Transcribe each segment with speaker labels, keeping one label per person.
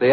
Speaker 1: The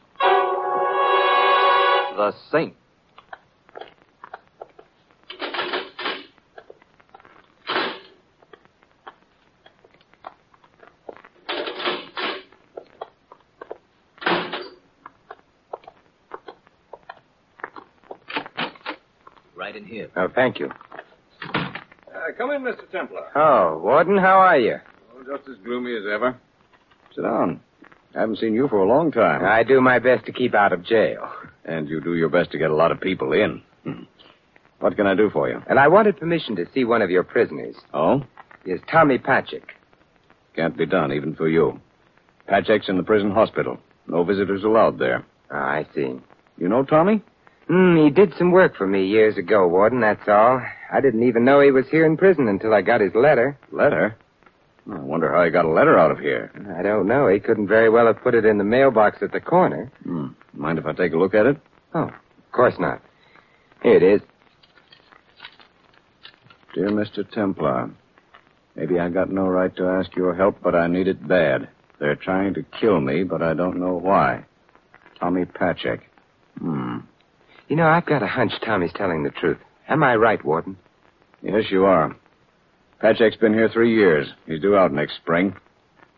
Speaker 1: the Saint.
Speaker 2: Right in here.
Speaker 3: Oh, thank you.
Speaker 4: Uh, come in, Mr. Templar.
Speaker 3: Oh, Warden, how are you?
Speaker 4: Oh, just as gloomy as ever.
Speaker 3: Sit down.
Speaker 4: I haven't seen you for a long time.
Speaker 3: I do my best to keep out of jail.
Speaker 4: And you do your best to get a lot of people in. Hmm. What can I do for you?
Speaker 3: And I wanted permission to see one of your prisoners.
Speaker 4: Oh,
Speaker 3: Is Tommy Patchick.
Speaker 4: can't be done, even for you. Patchek's in the prison hospital. No visitors allowed there.
Speaker 3: Ah, I see.
Speaker 4: You know Tommy?
Speaker 3: Hmm, he did some work for me years ago, Warden, that's all. I didn't even know he was here in prison until I got his letter.
Speaker 4: Letter? I wonder how he got a letter out of here.
Speaker 3: I don't know. He couldn't very well have put it in the mailbox at the corner.
Speaker 4: Hmm. Mind if I take a look at it?
Speaker 3: Oh, Of course not. Here it is.
Speaker 4: Dear Mr. Templar, maybe I got no right to ask your help, but I need it bad. They're trying to kill me, but I don't know why. Tommy Patchek. Hmm.
Speaker 3: You know, I've got a hunch Tommy's telling the truth. Am I right, Warden?
Speaker 4: Yes, you are. Patchek's been here three years. He's due out next spring.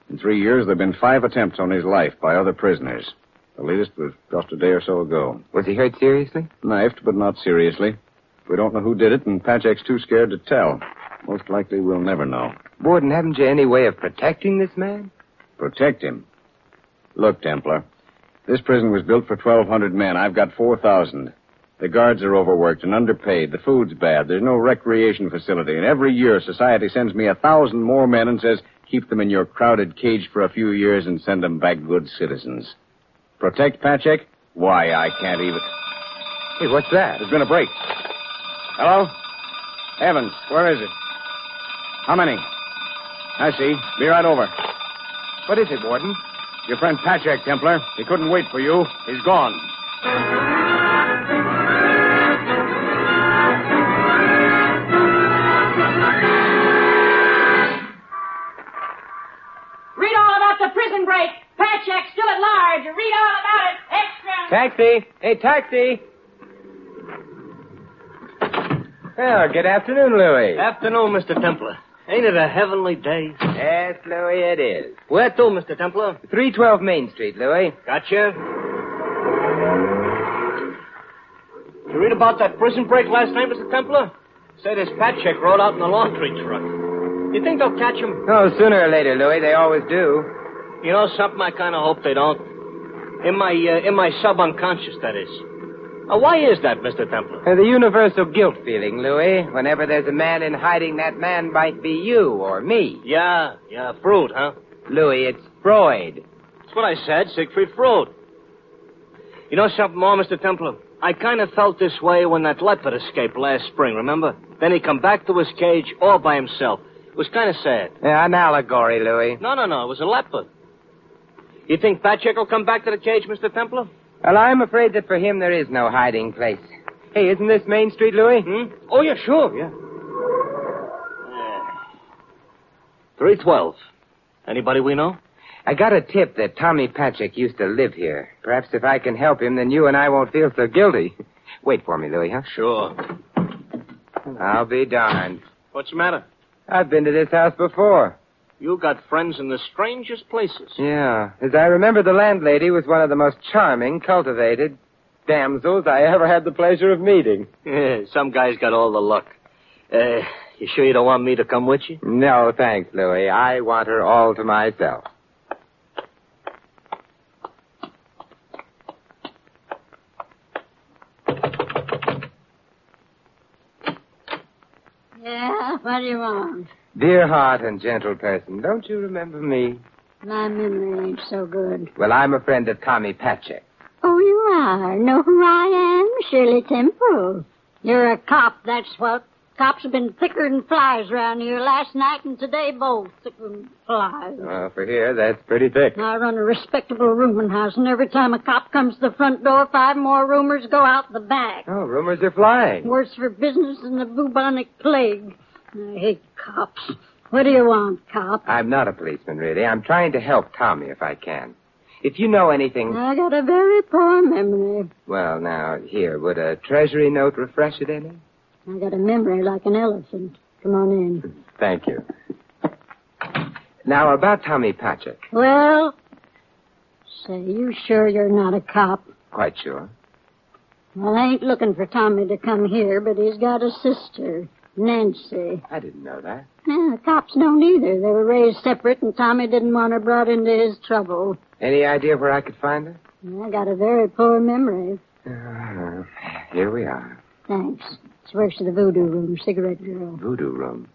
Speaker 4: In three years, there have been five attempts on his life by other prisoners. The latest was just a day or so ago.
Speaker 3: Was he hurt seriously?
Speaker 4: Knifed, but not seriously. We don't know who did it, and Patchek's too scared to tell. Most likely we'll never know.
Speaker 3: Warden, haven't you any way of protecting this man?
Speaker 4: Protect him. Look, Templar, this prison was built for 1,200 men. I've got 4,000. The guards are overworked and underpaid. The food's bad. There's no recreation facility. And every year, society sends me a thousand more men and says, keep them in your crowded cage for a few years and send them back good citizens. Protect Patchek? Why, I can't even.
Speaker 3: Hey, what's that?
Speaker 4: There's been a break. Hello? Evans, where is it? How many? I see. Be right over.
Speaker 3: What is it, Warden?
Speaker 4: Your friend Patchak, Templar. He couldn't wait for you. He's gone.
Speaker 5: Read all about the prison break. Patchak still at large. Read all about it. Extra.
Speaker 3: Taxi! Hey, taxi! Well, good afternoon, Louis.
Speaker 2: Afternoon, Mr. Templar. Ain't it a heavenly day?
Speaker 3: Yes, Louis, it is.
Speaker 2: Where to, Mr. Templar?
Speaker 3: 312 Main Street, Louis.
Speaker 2: Gotcha. You read about that prison break last night, Mr. Templar? Said his fat check rode out in the laundry truck. You think they'll catch him?
Speaker 3: Oh, sooner or later, Louis. They always do.
Speaker 2: You know something? I kind of hope they don't. In my uh, in my subconscious, that is. Now, why is that, Mr. Templar?
Speaker 3: Uh, the universal guilt feeling, Louis. Whenever there's a man in hiding, that man might be you or me.
Speaker 2: Yeah, yeah, Freud, huh?
Speaker 3: Louis, it's Freud.
Speaker 2: That's what I said, Siegfried Freud. You know something more, Mr. Templar? I kind of felt this way when that leopard escaped last spring, remember? Then he come back to his cage all by himself. It was kind of sad.
Speaker 3: Yeah, an allegory, Louis.
Speaker 2: No, no, no, it was a leopard. You think Patchek will come back to the cage, Mr. Templar?
Speaker 3: Well, I'm afraid that for him there is no hiding place. Hey, isn't this Main Street, Louis?
Speaker 2: Hmm? Oh, yeah, sure, yeah. 312. Anybody we know?
Speaker 3: I got a tip that Tommy Patchick used to live here. Perhaps if I can help him, then you and I won't feel so guilty. Wait for me, Louis, huh?
Speaker 2: Sure.
Speaker 3: I'll be darned.
Speaker 2: What's the matter?
Speaker 3: I've been to this house before.
Speaker 2: You got friends in the strangest places.
Speaker 3: Yeah. As I remember, the landlady was one of the most charming, cultivated damsels I ever had the pleasure of meeting.
Speaker 2: Yeah, some guy's got all the luck. Uh, you sure you don't want me to come with you?
Speaker 3: No, thanks, Louis. I want her all to myself.
Speaker 6: Yeah, what do you want?
Speaker 3: Dear heart and gentle person, don't you remember me?
Speaker 6: My memory ain't so good.
Speaker 3: Well, I'm a friend of Tommy Patchek.
Speaker 6: Oh, you are. Know who I am? Shirley Temple. You're a cop, that's what. Cops have been thicker than flies around here last night and today both thicker than flies.
Speaker 3: Well, Oh, for here, that's pretty thick.
Speaker 6: I run a respectable rooming house, and every time a cop comes to the front door, five more roomers go out the back.
Speaker 3: Oh, rumors are flying.
Speaker 6: Worse for business than the bubonic plague. I hate cops. What do you want, cop?
Speaker 3: I'm not a policeman, really. I'm trying to help Tommy if I can. If you know anything,
Speaker 6: I got a very poor memory.
Speaker 3: well, now, here, would a treasury note refresh it any?
Speaker 6: I got a memory like an elephant. Come on in.
Speaker 3: Thank you. Now, about Tommy Patchek.
Speaker 6: Well, say, you sure you're not a cop?
Speaker 3: Quite sure.
Speaker 6: Well, I ain't looking for Tommy to come here, but he's got a sister, Nancy.
Speaker 3: I didn't know that.
Speaker 6: Yeah, the cops don't either. They were raised separate, and Tommy didn't want her brought into his trouble.
Speaker 3: Any idea where I could find her?
Speaker 6: I got a very poor memory.
Speaker 3: Uh, here we are.
Speaker 6: Thanks. She works at the voodoo room, cigarette girl.
Speaker 3: Voodoo room.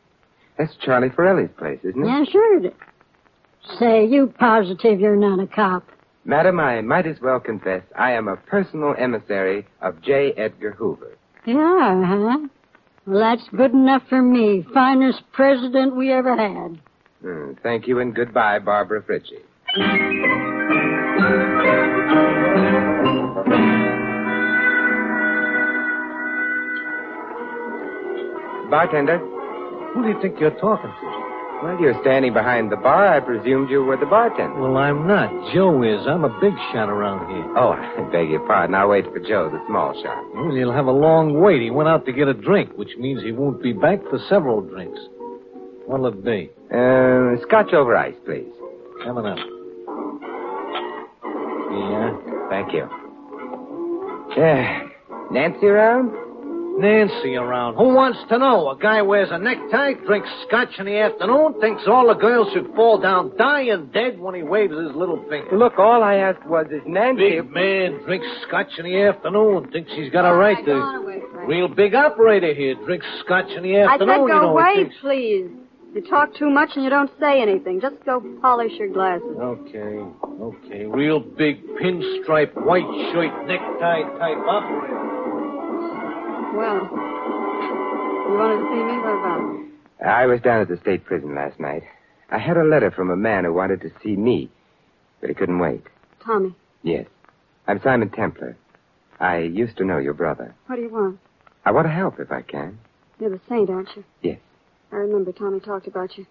Speaker 3: That's Charlie Farelli's place, isn't it?
Speaker 6: Yeah, sure. it is. Say, you positive you're not a cop?
Speaker 3: Madam, I might as well confess I am a personal emissary of J. Edgar Hoover.
Speaker 6: You are, huh? Well, that's good enough for me. Finest president we ever had.
Speaker 3: Hmm, thank you and goodbye, Barbara Fritchie. Bartender,
Speaker 7: Who do you think you're talking to?
Speaker 3: well, you're standing behind the bar. I presumed you were the bartender.
Speaker 7: Well, I'm not. Joe is. I'm a big shot around here.
Speaker 3: Oh, I beg your pardon. I'll wait for Joe, the small shop.
Speaker 7: Well, he'll have a long wait. He went out to get a drink, which means he won't be back for several drinks. What'll it be?
Speaker 3: Uh, scotch over ice, please.
Speaker 7: Coming up. Yeah.
Speaker 3: Thank you. Yeah. Nancy around?
Speaker 7: Nancy around. Who wants to know? A guy wears a necktie, drinks scotch in the afternoon, thinks all the girls should fall down dying dead when he waves his little finger.
Speaker 3: Look, all I asked was, is Nancy...
Speaker 7: Big man drinks scotch in the afternoon, thinks he's got a right
Speaker 8: Oh,
Speaker 6: Go
Speaker 7: to.
Speaker 6: on away, Frank.
Speaker 7: Real big operator here drinks scotch in the
Speaker 8: I said
Speaker 7: afternoon. you
Speaker 8: go
Speaker 7: know, he
Speaker 8: away,
Speaker 7: thinks-
Speaker 8: please. You talk too much and you don't say anything. Just go polish your glasses.
Speaker 7: Okay, okay. Real big pinstripe, white shirt, necktie type operator.
Speaker 8: Well, you wanted to see me? What about? it?
Speaker 3: I was down at the state prison last night. I had a letter from a man who wanted to see me, but he couldn't wait.
Speaker 8: Tommy,
Speaker 3: Yes. I'm Simon Templar. I used to know your brother.
Speaker 8: what do you want?
Speaker 3: I want to help if I can.
Speaker 8: You're the saint, aren't you?
Speaker 3: Yes.
Speaker 8: I remember Tommy talked about you.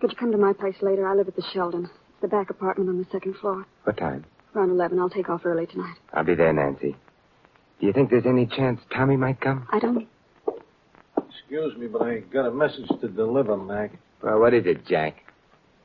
Speaker 8: Could you come to my place later? I live at the Sheldon. It's the back apartment on the second floor.
Speaker 3: What time?
Speaker 8: Around 11. I'll take off early tonight.
Speaker 3: I'll be there, Nancy. Do you think there's any chance Tommy might come?
Speaker 8: I don't.
Speaker 7: Excuse me, but I got a message to deliver, Mac.
Speaker 3: Well, what is it, Jack?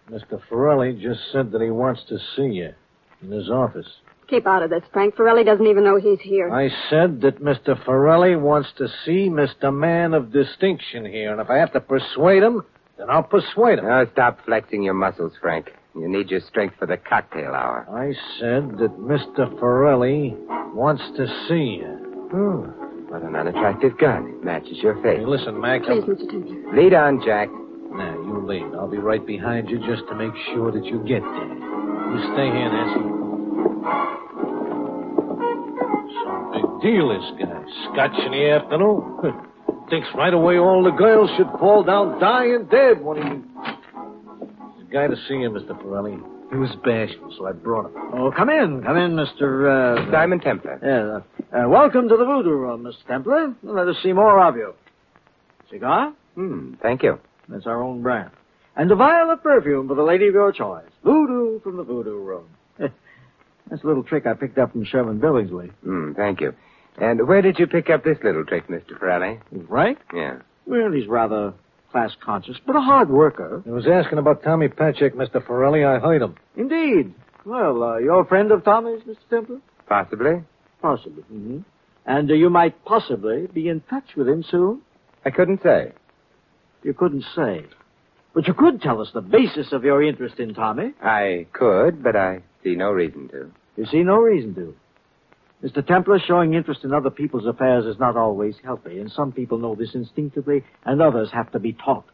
Speaker 7: Mr. Ferrelli just said that he wants to see you in his office.
Speaker 8: Keep out of this, Frank. Ferrelli doesn't even know he's here.
Speaker 7: I said that Mr. Ferrelli wants to see Mr. Man of Distinction here, and if I have to persuade him, then I'll persuade him.
Speaker 3: Oh, stop flexing your muscles, Frank. You need your strength for the cocktail hour.
Speaker 7: I said that Mr. Ferrelli wants to see you.
Speaker 3: Hmm, What an unattractive gun. It matches your
Speaker 7: Hey,
Speaker 3: face.
Speaker 7: listen, Mac.
Speaker 8: Please,
Speaker 7: I'm...
Speaker 8: Mr. Templar.
Speaker 3: Lead on, Jack.
Speaker 7: Now, you lead. I'll be right behind you just to make sure that you get there. You stay here, Nancy. Some big deal, this guy. Scotch in the afternoon. Thinks right away all the girls should fall down dying dead when he... There's a guy to see you, Mr. Pirelli. He was bashful, so I brought him. Oh, come in. Come in, Mr. Uh,
Speaker 3: Simon Templar.
Speaker 7: yeah, uh, uh, welcome to the Voodoo Room, Mr. Templar. Let us see more of you. Cigar?
Speaker 3: Hmm, thank you.
Speaker 7: That's our own brand. And a vial of perfume for the lady of your choice. Voodoo from the Voodoo Room. That's a little trick I picked up from Sherman Billingsley.
Speaker 3: Hmm, thank you. And where did you pick up this little trick, Mr. Farrelly?
Speaker 7: Right?
Speaker 3: Yeah.
Speaker 7: Well, he's rather
Speaker 9: class conscious, but a hard worker.
Speaker 7: I was asking about Tommy Patchek, Mr. Ferrelli. I heard him.
Speaker 9: Indeed. Well, uh, you're a friend of Tommy's, Mr. Temple?
Speaker 3: Possibly.
Speaker 9: Possibly. hmm And uh, you might possibly be in touch with him soon?
Speaker 3: I couldn't say.
Speaker 9: You couldn't say. But you could tell us the basis of your interest in Tommy.
Speaker 3: I could, but I see no reason to.
Speaker 9: You see no reason to. Mr. Templar, showing interest in other people's affairs is not always healthy, and some people know this instinctively, and others have to be taught.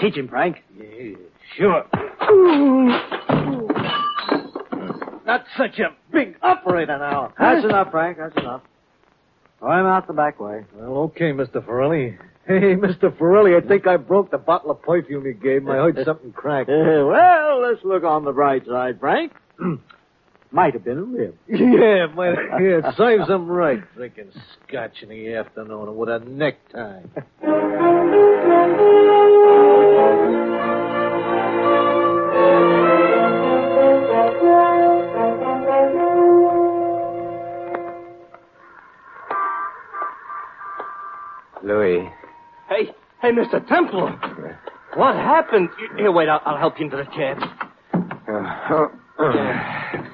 Speaker 9: Teach him, Frank.
Speaker 7: Sure. Not such a big operator now.
Speaker 9: That's enough, Frank. That's enough. Oh, I'm out the back way.
Speaker 7: Well, okay, Mr. Ferrelli. Hey, Mr. Ferrelli, I think I broke the bottle of perfume you gave me. I heard something crack.
Speaker 9: Eh, well, let's look on the bright side, Frank. Might have been a rib.
Speaker 7: Yeah, it might, yeah, it serves him right. Drinking scotch in the afternoon and with a necktie.
Speaker 3: Louis,
Speaker 2: Hey, hey, Mr. Temple. What happened? You- Here, wait, I'll, I'll help you into the cab.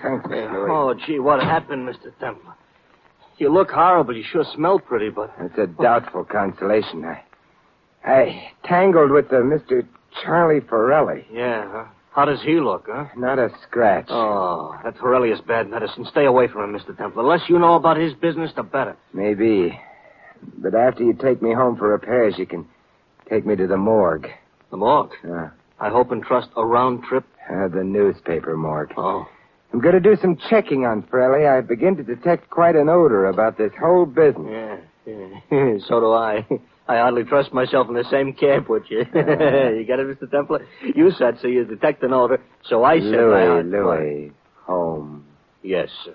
Speaker 3: thank me, Louis.
Speaker 2: Oh, gee, what happened, Mr. Temple? You look horrible. You sure smell pretty, but.
Speaker 3: It's a doubtful consolation. I, I tangled with the Mr. Charlie Ferrelli.
Speaker 2: Yeah, huh? How does he look, huh?
Speaker 3: Not a scratch.
Speaker 2: Oh, that Torelli is bad medicine. Stay away from him, Mr. Temple. The less you know about his business, the better.
Speaker 3: Maybe. But after you take me home for repairs, you can take me to the morgue.
Speaker 2: The morgue.
Speaker 3: Yeah.
Speaker 2: I hope and trust a round trip.
Speaker 3: Uh, the newspaper morgue.
Speaker 2: Oh.
Speaker 3: I'm going to do some checking on Frelly. I begin to detect quite an odor about this whole business.
Speaker 2: Yeah, yeah. so do I. I hardly trust myself in the same camp with you. you get it, Mr. Templar? You said so. You detect an odor. So I said I
Speaker 3: Louis,
Speaker 2: heard-
Speaker 3: Louis, home.
Speaker 2: Yes, sir.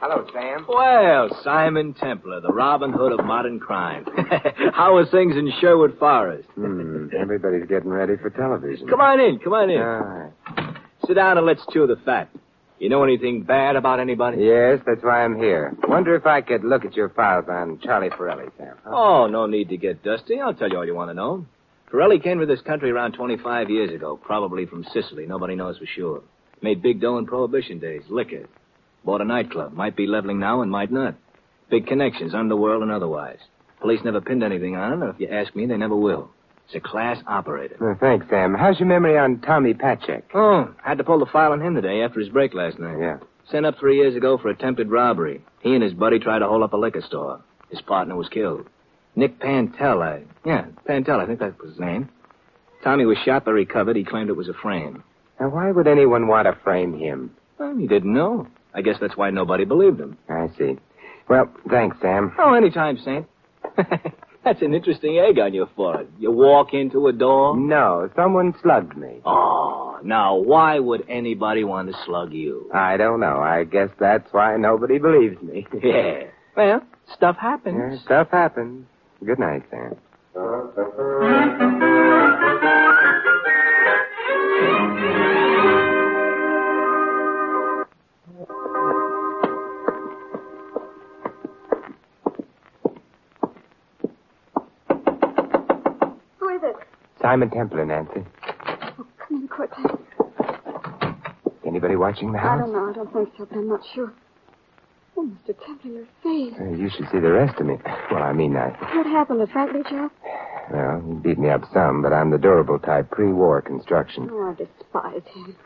Speaker 3: Hello, Sam.
Speaker 1: Well, Simon Templar, the Robin Hood of modern crime. How are things in Sherwood Forest?
Speaker 3: Hmm, everybody's getting ready for television.
Speaker 1: Come on in, come on in.
Speaker 3: All right.
Speaker 1: Sit down and let's chew the fat. You know anything bad about anybody?
Speaker 3: Yes, that's why I'm here. Wonder if I could look at your files on Charlie Ferrelli, Sam.
Speaker 1: Oh, no need to get dusty. I'll tell you all you want to know. Pirelli came to this country around 25 years ago, probably from Sicily. Nobody knows for sure. Made big dough in Prohibition days, liquor. Bought a nightclub. Might be leveling now and might not. Big connections, underworld and otherwise. Police never pinned anything on him, and if you ask me, they never will. It's a class operator.
Speaker 3: Uh, thanks, Sam. How's your memory on Tommy Patchek?
Speaker 1: Oh, had to pull the file on him today after his break last night.
Speaker 3: Yeah.
Speaker 1: Sent up three years ago for attempted robbery. He and his buddy tried to hold up a liquor store. His partner was killed. Nick Pantel, I. Yeah, Pantel, I think that was his name. Tommy was shot but recovered. He claimed it was a frame.
Speaker 3: Now, why would anyone want to frame him?
Speaker 1: Well, he didn't know. I guess that's why nobody believed him.
Speaker 3: I see. Well, thanks, Sam.
Speaker 1: Oh, anytime, Saint. that's an interesting egg on your forehead. You walk into a door.
Speaker 3: No, someone slugged me.
Speaker 1: Oh, now why would anybody want to slug you?
Speaker 3: I don't know. I guess that's why nobody believes me.
Speaker 1: Yeah. Well, stuff happens.
Speaker 3: Yeah, stuff happens. Good night, Sam.
Speaker 8: Who is it? Oh,
Speaker 3: Simon Templar, Nancy.
Speaker 8: Come in quickly.
Speaker 3: Anybody watching the
Speaker 8: I
Speaker 3: house?
Speaker 8: don't know. I don't think so, but I'm not sure. Oh, Mr. Temple, your face.
Speaker 3: Uh, you should see the rest of me. Well, I mean, I.
Speaker 8: What happened? Did Frank beat you up?
Speaker 3: Well, he beat me up some, but I'm the durable type, pre war construction.
Speaker 8: Oh, I despise him.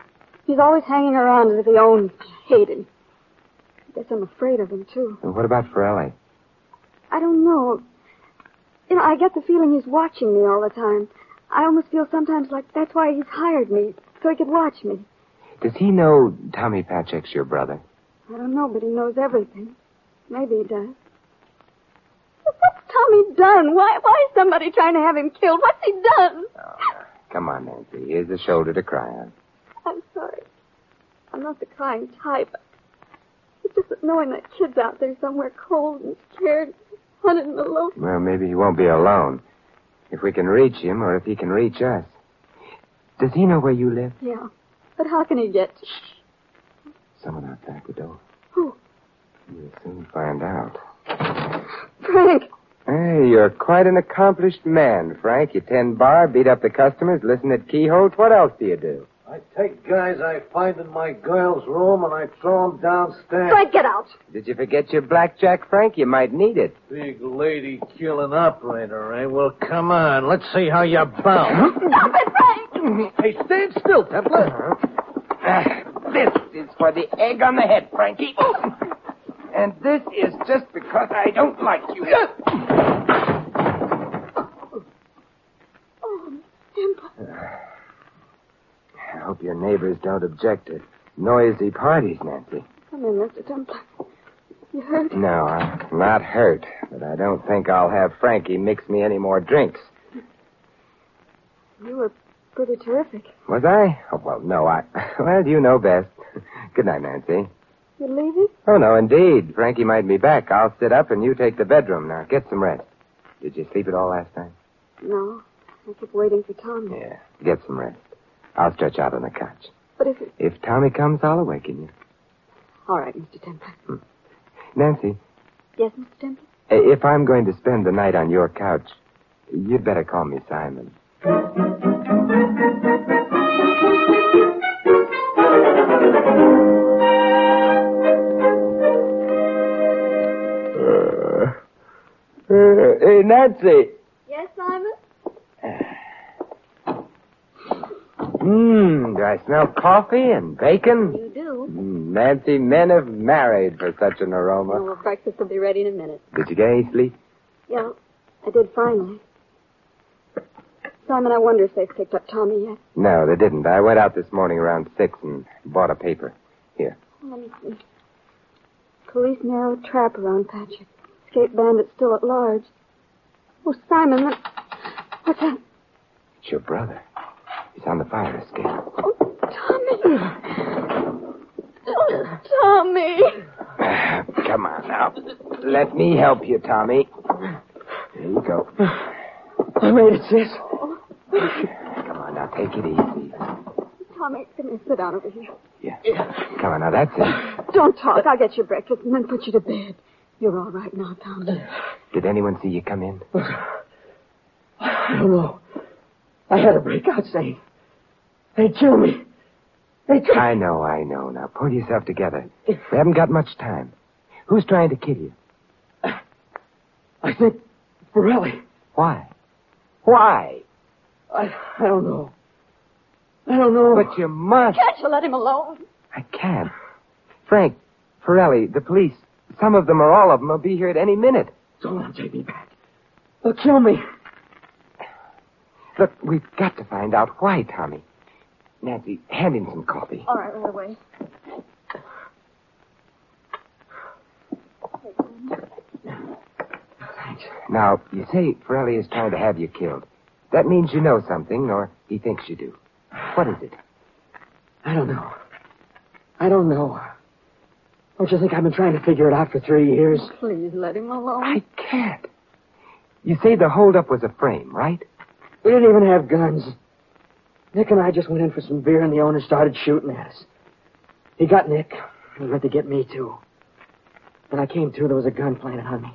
Speaker 8: He's always hanging around as if he owned me. I hate him. I guess I'm afraid of him, too.
Speaker 3: And what about Ferrelli?
Speaker 8: I don't know. You know, I get the feeling he's watching me all the time. I almost feel sometimes like that's why he's hired me, so he could watch me.
Speaker 3: Does he know Tommy Patchek's your brother?
Speaker 8: I don't know, but he knows everything. Maybe he does. What's Tommy done? Why, why is somebody trying to have him killed? What's he done?
Speaker 3: Come on, Nancy. Here's a shoulder to cry on.
Speaker 8: I'm sorry. I'm not the crying type. It's just that knowing that kid's out there somewhere cold and scared, hunted and alone.
Speaker 3: Well, maybe he won't be alone. If we can reach him, or if he can reach us. Does he know where you live?
Speaker 8: Yeah. But how can he get?
Speaker 3: Someone outside the door.
Speaker 8: Who?
Speaker 3: We'll soon find out.
Speaker 8: Frank.
Speaker 3: Hey, you're quite an accomplished man, Frank. You tend bar, beat up the customers, listen at keyholes. What else do you do?
Speaker 7: I take guys I find in my girl's room and I throw 'em downstairs.
Speaker 8: Frank, get out.
Speaker 3: Did you forget your blackjack, Frank? You might need it.
Speaker 7: Big lady killing operator, eh? Well, come on. Let's see how you bounce.
Speaker 8: Stop it, Frank!
Speaker 7: Hey, stand still, Templar.
Speaker 3: Uh-huh. Ah, This is for the egg on the head, Frankie.
Speaker 7: Oh.
Speaker 3: And this is just because I don't like you. I hope your neighbors don't object to noisy parties, Nancy.
Speaker 8: Come in, Mr. Templar. You hurt?
Speaker 3: No, I'm not hurt, but I don't think I'll have Frankie mix me any more drinks.
Speaker 8: You were pretty terrific.
Speaker 3: Was I? Oh, well, no, I. Well, you know best. Good night, Nancy.
Speaker 8: You're leaving?
Speaker 3: Oh, no, indeed. Frankie might be back. I'll sit up and you take the bedroom. Now, get some rest. Did you sleep at all last night?
Speaker 8: No. I kept waiting for Tommy.
Speaker 3: Yeah. Get some rest. I'll stretch out on the couch.
Speaker 8: But if it...
Speaker 3: If Tommy comes, I'll awaken you.
Speaker 8: All right, Mr. Templar.
Speaker 3: Nancy,
Speaker 8: Yes, Mr. Templar?
Speaker 3: i- if I'm going to spend the night on your couch, you'd better call me Simon. Uh, uh, hey, Nancy.
Speaker 8: Yes, Simon?
Speaker 3: Mmm, do I smell coffee and bacon?
Speaker 8: You do?
Speaker 3: Mm, Nancy, men have married for such an
Speaker 8: Well,
Speaker 3: aroma.
Speaker 8: well, breakfast will be ready in a minute.
Speaker 3: Did you get any sleep?
Speaker 8: Yeah, I did finally. Simon, I wonder if they've picked up Tommy yet.
Speaker 3: No, they didn't. I went out this morning around six and bought a paper.
Speaker 8: Let me see. Police narrow trap around Patrick. Escape bandit still at large. Oh, Simon, that... what's that?
Speaker 3: It's your brother. He's on the fire escape.
Speaker 8: Tommy! Oh, Tommy!
Speaker 3: Come on now. Let me help you, Tommy. There you go. I made it, sis.
Speaker 8: Oh,
Speaker 3: Come on now, take it easy.
Speaker 8: Tommy, come here, sit down over here.
Speaker 3: Come on now, that's it.
Speaker 8: Don't talk. I'll get your breakfast and then put you to bed. You're all right now, Tommy.
Speaker 3: Did anyone see you come in?
Speaker 10: I don't know. I had a breakout save. They killed me. They killed
Speaker 3: I know, I know. Now pull yourself together. We haven't got much time. Who's trying to kill you?
Speaker 10: I think Borelli.
Speaker 3: Why? Why?
Speaker 10: I, I don't know. I don't know.
Speaker 3: But you must.
Speaker 8: Can't you let him alone?
Speaker 3: I can't. Frank, Ferrelli, the police, some of them or all of them will be here at any minute.
Speaker 10: Don't let them take me back. They'll kill me.
Speaker 3: Look, we've got to find out why, Tommy. Nancy, hand him some coffee.
Speaker 8: All right, right away.
Speaker 3: Now, you say Ferrelli is trying to have you killed. That means you know something, or he thinks you do. What is it?
Speaker 10: I don't know. I don't know. Don't you think I've been trying to figure it out for three years?
Speaker 8: Please let him alone.
Speaker 3: I can't. You say the holdup was a frame, right?
Speaker 10: We didn't even have guns. Nick and I just went in for some beer, and the owner started shooting at us. He got Nick. He went to get me, too. When I came to, there was a gun planted on me.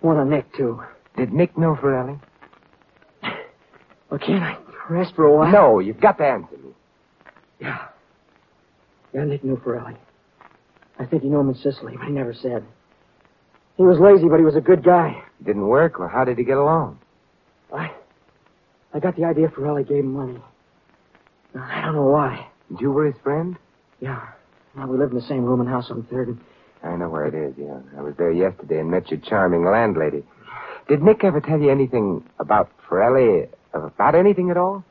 Speaker 10: One on Nick, too.
Speaker 3: Did Nick know Ferrelli?
Speaker 10: Well, can't I rest for a while?
Speaker 3: No, you've got to answer me.
Speaker 10: Yeah. Yeah, Nick knew Ferrelli. I think he knew him in Sicily, but he never said. He was lazy, but he was a good guy.
Speaker 3: Didn't work, or how did he get along?
Speaker 10: I, I got the idea Ferrelli gave him money. Now, I don't know why.
Speaker 3: You were his friend?
Speaker 10: Yeah. Now we live in the same room and house on Third. And
Speaker 3: I know where it is, yeah. I was there yesterday and met your charming landlady. Did Nick ever tell you anything about Ferrelli? About anything at all?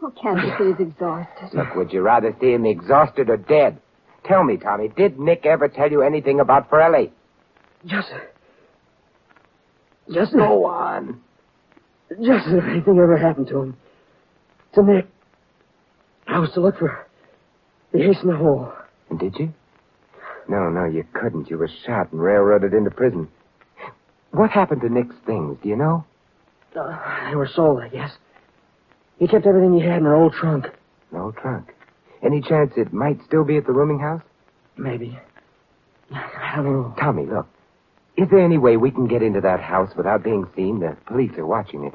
Speaker 8: Oh, can't you see he's exhausted?
Speaker 3: Look, would you rather see him exhausted or dead? Tell me, Tommy, did Nick ever tell you anything about Ferrelli?
Speaker 10: just, just no
Speaker 3: on.
Speaker 10: Just as if anything ever happened to him. To Nick. I was to look for the ace in the hole.
Speaker 3: Did you? No, no, you couldn't. You were shot and railroaded into prison. What happened to Nick's things, do you know?
Speaker 10: Uh, they were sold, I guess. He kept everything he had in an old trunk.
Speaker 3: No trunk. Any chance it might still be at the rooming house? Maybe. I don't know. Tommy, look. Is there any way we can get into that house without being seen? The police are watching it.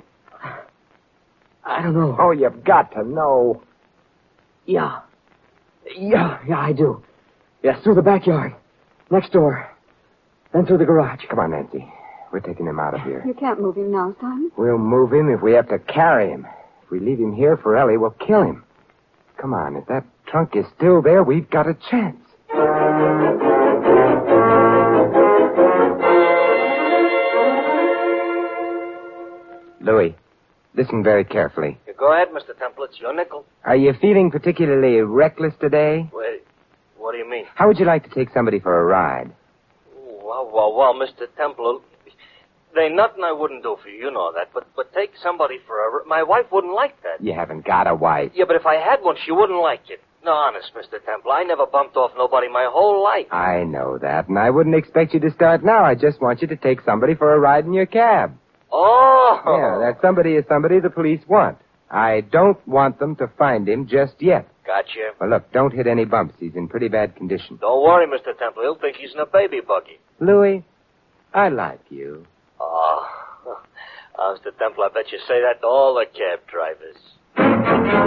Speaker 10: I don't know.
Speaker 3: Oh, you've got to know.
Speaker 10: Yeah. Yeah, yeah, I do. Yes, through the backyard. Next door. Then through the garage.
Speaker 3: Come on, Nancy. We're taking him out of here.
Speaker 8: You can't move him now, Simon.
Speaker 3: We'll move him if we have to carry him. If we leave him here for Ellie, we'll kill him. Come on, if that trunk is still there, we've got a chance. Louis, listen very carefully.
Speaker 2: You go ahead, Mr. Temple. It's your nickel.
Speaker 3: Are you feeling particularly reckless today?
Speaker 2: Wait, what do you mean?
Speaker 3: How would you like to take somebody for a ride?
Speaker 2: Well, well, well, Mr. Temple, they nothing I wouldn't do for you. You know that. But but take somebody for a. r- My wife wouldn't like that.
Speaker 3: You haven't got a wife.
Speaker 2: Yeah, but if I had one, she wouldn't like it. No, honest, Mr. Temple, I never bumped off nobody my whole life.
Speaker 3: I know that, and I wouldn't expect you to start now. I just want you to take somebody for a ride in your cab.
Speaker 2: Oh.
Speaker 3: Yeah, that somebody is somebody the police want. I don't want them to find him just yet.
Speaker 2: Gotcha.
Speaker 3: Well, look, don't hit any bumps. He's in pretty bad condition.
Speaker 2: Don't worry, Mr. Temple. He'll think he's in a baby buggy.
Speaker 3: Louis, I like you.
Speaker 2: Oh. oh, Mr. Temple, I bet you say that to all the cab drivers.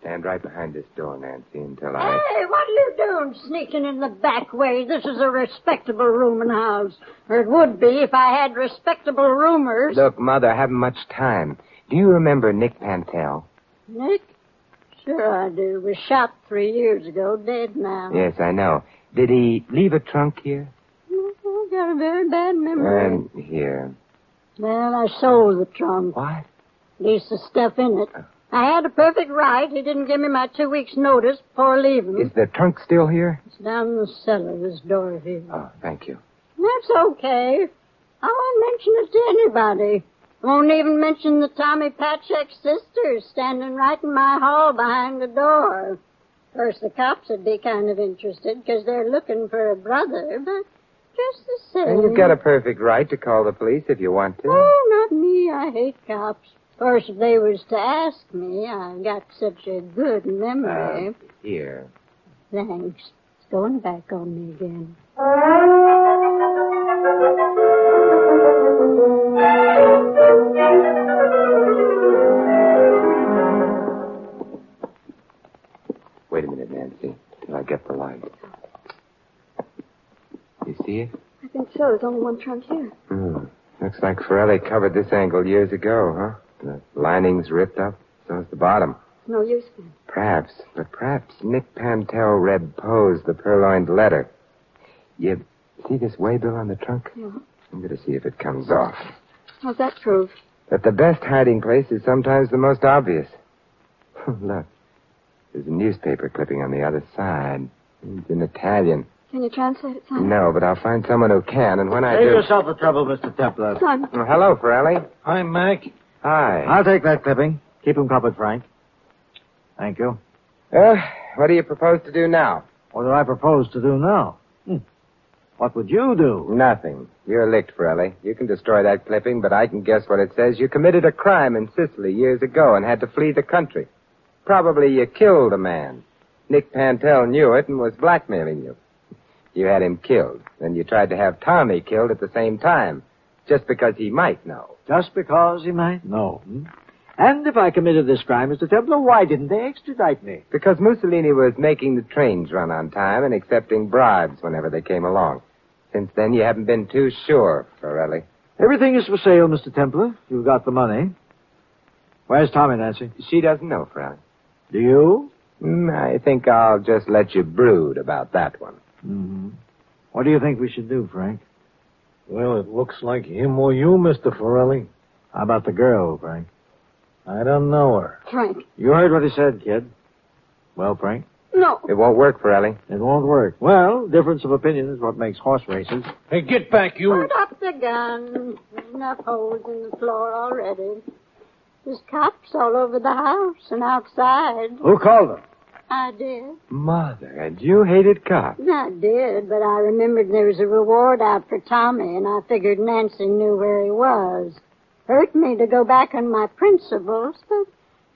Speaker 3: Stand right behind this door, Nancy, until I.
Speaker 6: Hey, what are you doing sneaking in the back way? This is a respectable rooming house. Or it would be if I had respectable roomers.
Speaker 3: Look, Mother, I haven't much time. Do you remember Nick Pantel?
Speaker 6: Nick? Sure I do. Was shot three years ago, dead now.
Speaker 3: Yes, I know. Did he leave a trunk here?
Speaker 6: I got a very bad memory.
Speaker 3: And here.
Speaker 6: well, I sold the trunk.
Speaker 3: What?
Speaker 6: At least the stuff in it. I had a perfect right. He didn't give me my two weeks' notice before leaving.
Speaker 3: Is the trunk still here?
Speaker 6: It's down in the cellar, this door here.
Speaker 3: Oh, thank you.
Speaker 6: That's okay. I won't mention it to anybody. I won't even mention the Tommy Patchek sisters standing right in my hall behind the door. Of course, the cops would be kind of interested because they're looking for a brother, but just the same.
Speaker 3: And you've got a perfect right to call the police if you want to.
Speaker 6: Oh, not me. I hate cops. Of course, if they was to ask me, I got such a good memory.
Speaker 3: Here.
Speaker 6: Thanks. It's going back on me again.
Speaker 3: Wait a minute, Nancy, till I get the light. You see it?
Speaker 8: I think so. There's only one trunk here.
Speaker 3: Hmm. Looks like Ferrelli covered this angle years ago, huh? The lining's ripped up, so's the bottom.
Speaker 8: No use then.
Speaker 3: Perhaps, but perhaps Nick Pantel read Poe's The Purloined Letter. You see this waybill on the trunk?
Speaker 8: Yeah.
Speaker 3: I'm going to see if it comes off.
Speaker 8: How's that prove?
Speaker 3: That the best hiding place is sometimes the most obvious. Look, there's a newspaper clipping on the other side. It's in Italian.
Speaker 8: Can you translate it, Simon?
Speaker 3: No, but I'll find someone who can, and when I
Speaker 9: Save
Speaker 3: do...
Speaker 9: yourself the trouble, Mr. Templar.
Speaker 8: Simon.
Speaker 3: Well, hello, Ferrelli.
Speaker 9: Hi, Mac.
Speaker 3: Hi.
Speaker 9: I'll take that clipping. Keep him covered, Frank. Thank you.
Speaker 3: Uh, what do you propose to do now?
Speaker 9: What do I propose to do now? Hmm. What would you do?
Speaker 3: Nothing. You're licked, Ferrelli. You can destroy that clipping, but I can guess what it says. You committed a crime in Sicily years ago and had to flee the country. Probably you killed a man. Nick Pantel knew it and was blackmailing you. You had him killed. Then you tried to have Tommy killed at the same time, just because he might know.
Speaker 9: Just because he might? No. Hmm? And if I committed this crime, Mr. Templar, why didn't they extradite me?
Speaker 3: Because Mussolini was making the trains run on time and accepting bribes whenever they came along. Since then, you haven't been too sure, Ferrelli.
Speaker 9: Everything is for sale, Mr. Templar. You've got the money. Where's Tommy, Nancy?
Speaker 3: She doesn't know, Ferrelli.
Speaker 9: Do you?
Speaker 3: Mm, I think I'll just let you brood about that one.
Speaker 9: Mm-hmm. What do you think we should do, Frank?
Speaker 7: Well, it looks like him or you, Mr. Ferrelli.
Speaker 9: How about the girl, Frank?
Speaker 7: I don't know her.
Speaker 8: Frank.
Speaker 9: You heard what he said, kid. Well, Frank,
Speaker 8: No.
Speaker 3: It won't work, Ferrelli.
Speaker 9: it won't work. Well, difference of opinion is what makes horse races.
Speaker 7: Hey, get back, you.
Speaker 6: Put up the gun. There's enough holes in the floor already. There's cops all over the house and outside.
Speaker 9: Who called them?
Speaker 6: I did.
Speaker 3: Mother, and you hated cops.
Speaker 6: I did, but I remembered there was a reward out for Tommy, and I figured Nancy knew where he was. Hurt me to go back on my principles, but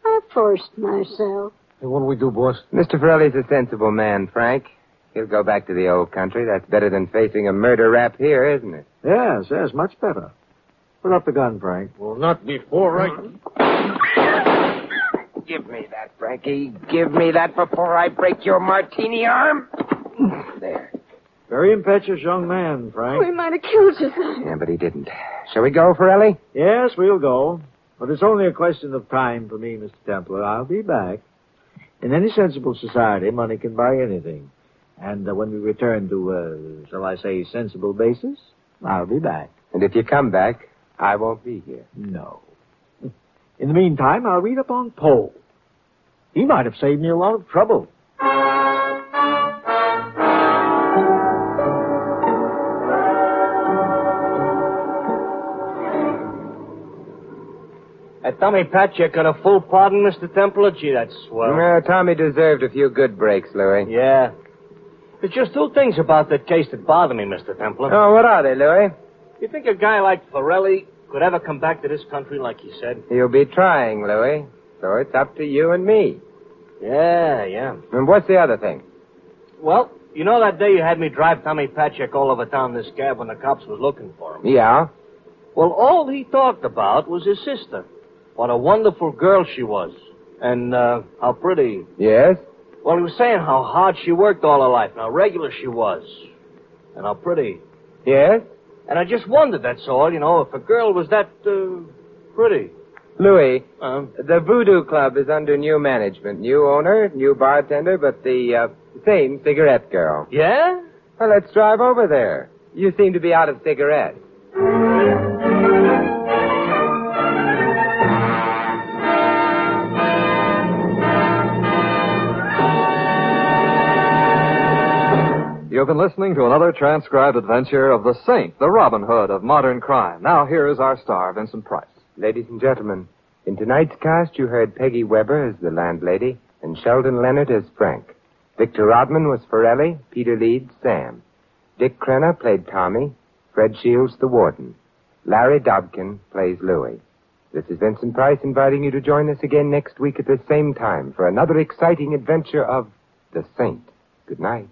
Speaker 6: I forced myself.
Speaker 3: Hey, what do we do, boss? Mr. Ferrelli's a sensible man, Frank. He'll go back to the old country. That's better than facing a murder rap here, isn't it?
Speaker 9: Yes, yes, much better. Put up the gun, Frank.
Speaker 7: Well, not before I.
Speaker 11: Give me that, Frankie. Give me that before I break your martini arm.
Speaker 9: There. Very impetuous young man, Frank.
Speaker 8: We might have killed you, Simon.
Speaker 3: Yeah, but he didn't. Shall we go, Ferrelli?
Speaker 9: Yes, we'll go. But it's only a question of time for me, Mr. Templar. I'll be back. In any sensible society, money can buy anything. And uh, when we return to, uh, shall I say, sensible basis, I'll be back.
Speaker 3: And if you come back, I won't be here.
Speaker 9: No. In the meantime, I'll read up on Poe. He might have saved me a lot of trouble.
Speaker 2: Uh, Tommy Patchek got a full pardon, Mr. Templar? Gee, that's swell.
Speaker 3: Well, Tommy deserved a few good breaks, Louis.
Speaker 2: Yeah. There's just two things about that case that bother me, Mr. Templar.
Speaker 3: Oh, what are they, Louis?
Speaker 2: You think a guy like Ferrelli could ever come back to this country like he said?
Speaker 3: He'll be trying, Louis. So it's up to you and me.
Speaker 2: Yeah, yeah.
Speaker 3: And what's the other thing?
Speaker 2: Well, you know that day you had me drive Tommy Patchek all over town this cab when the cops was looking for him?
Speaker 3: Yeah?
Speaker 2: Well, all he talked about was his sister. What a wonderful girl she was. And, uh, how pretty.
Speaker 3: Yes?
Speaker 2: Well, he was saying how hard she worked all her life, and how regular she was. And how pretty.
Speaker 3: Yes?
Speaker 2: And I just wondered, that's all, you know, if a girl was that, uh, pretty.
Speaker 3: Louis,
Speaker 2: Uh,
Speaker 3: the Voodoo Club is under new management. New owner, new bartender, but the uh, same cigarette girl.
Speaker 2: Yeah?
Speaker 3: Well, let's drive over there. You seem to be out of cigarettes.
Speaker 12: You've been listening to another transcribed adventure of the saint, the Robin Hood of modern crime. Now here is our star, Vincent Price.
Speaker 3: Ladies and gentlemen, in tonight's cast, you heard Peggy Weber as the landlady and Sheldon Leonard as Frank. Victor Rodman was Ferrelli, Peter Leeds, Sam. Dick Crenna played Tommy, Fred Shields, the warden. Larry Dobkin plays Louie. This is Vincent Price inviting you to join us again next week at this same time for another exciting adventure of The Saint. Good night.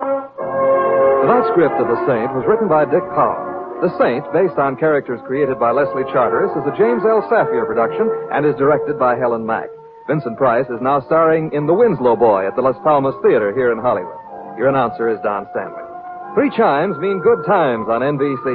Speaker 12: The night script of The Saint was written by Dick Powell. The Saint, based on characters created by Leslie Charteris, is a James L. Safier production and is directed by Helen Mack. Vincent Price is now starring in The Winslow Boy at the Las Palmas Theater here in Hollywood. Your announcer is Don Stanley. Three chimes mean good times on NBC.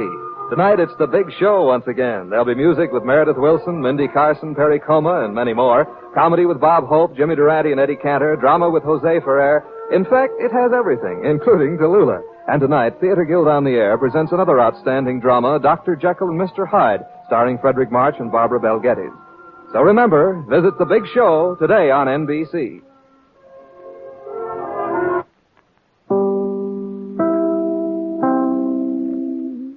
Speaker 12: Tonight it's the big show once again. There'll be music with Meredith Wilson, Mindy Carson, Perry Como, and many more. Comedy with Bob Hope, Jimmy Durante, and Eddie Cantor. Drama with Jose Ferrer. In fact, it has everything, including Tallulah. And tonight, Theater Guild on the Air presents another outstanding drama, Dr. Jekyll and Mr. Hyde, starring Frederick March and Barbara Belgettis. So remember, visit the big show today on NBC.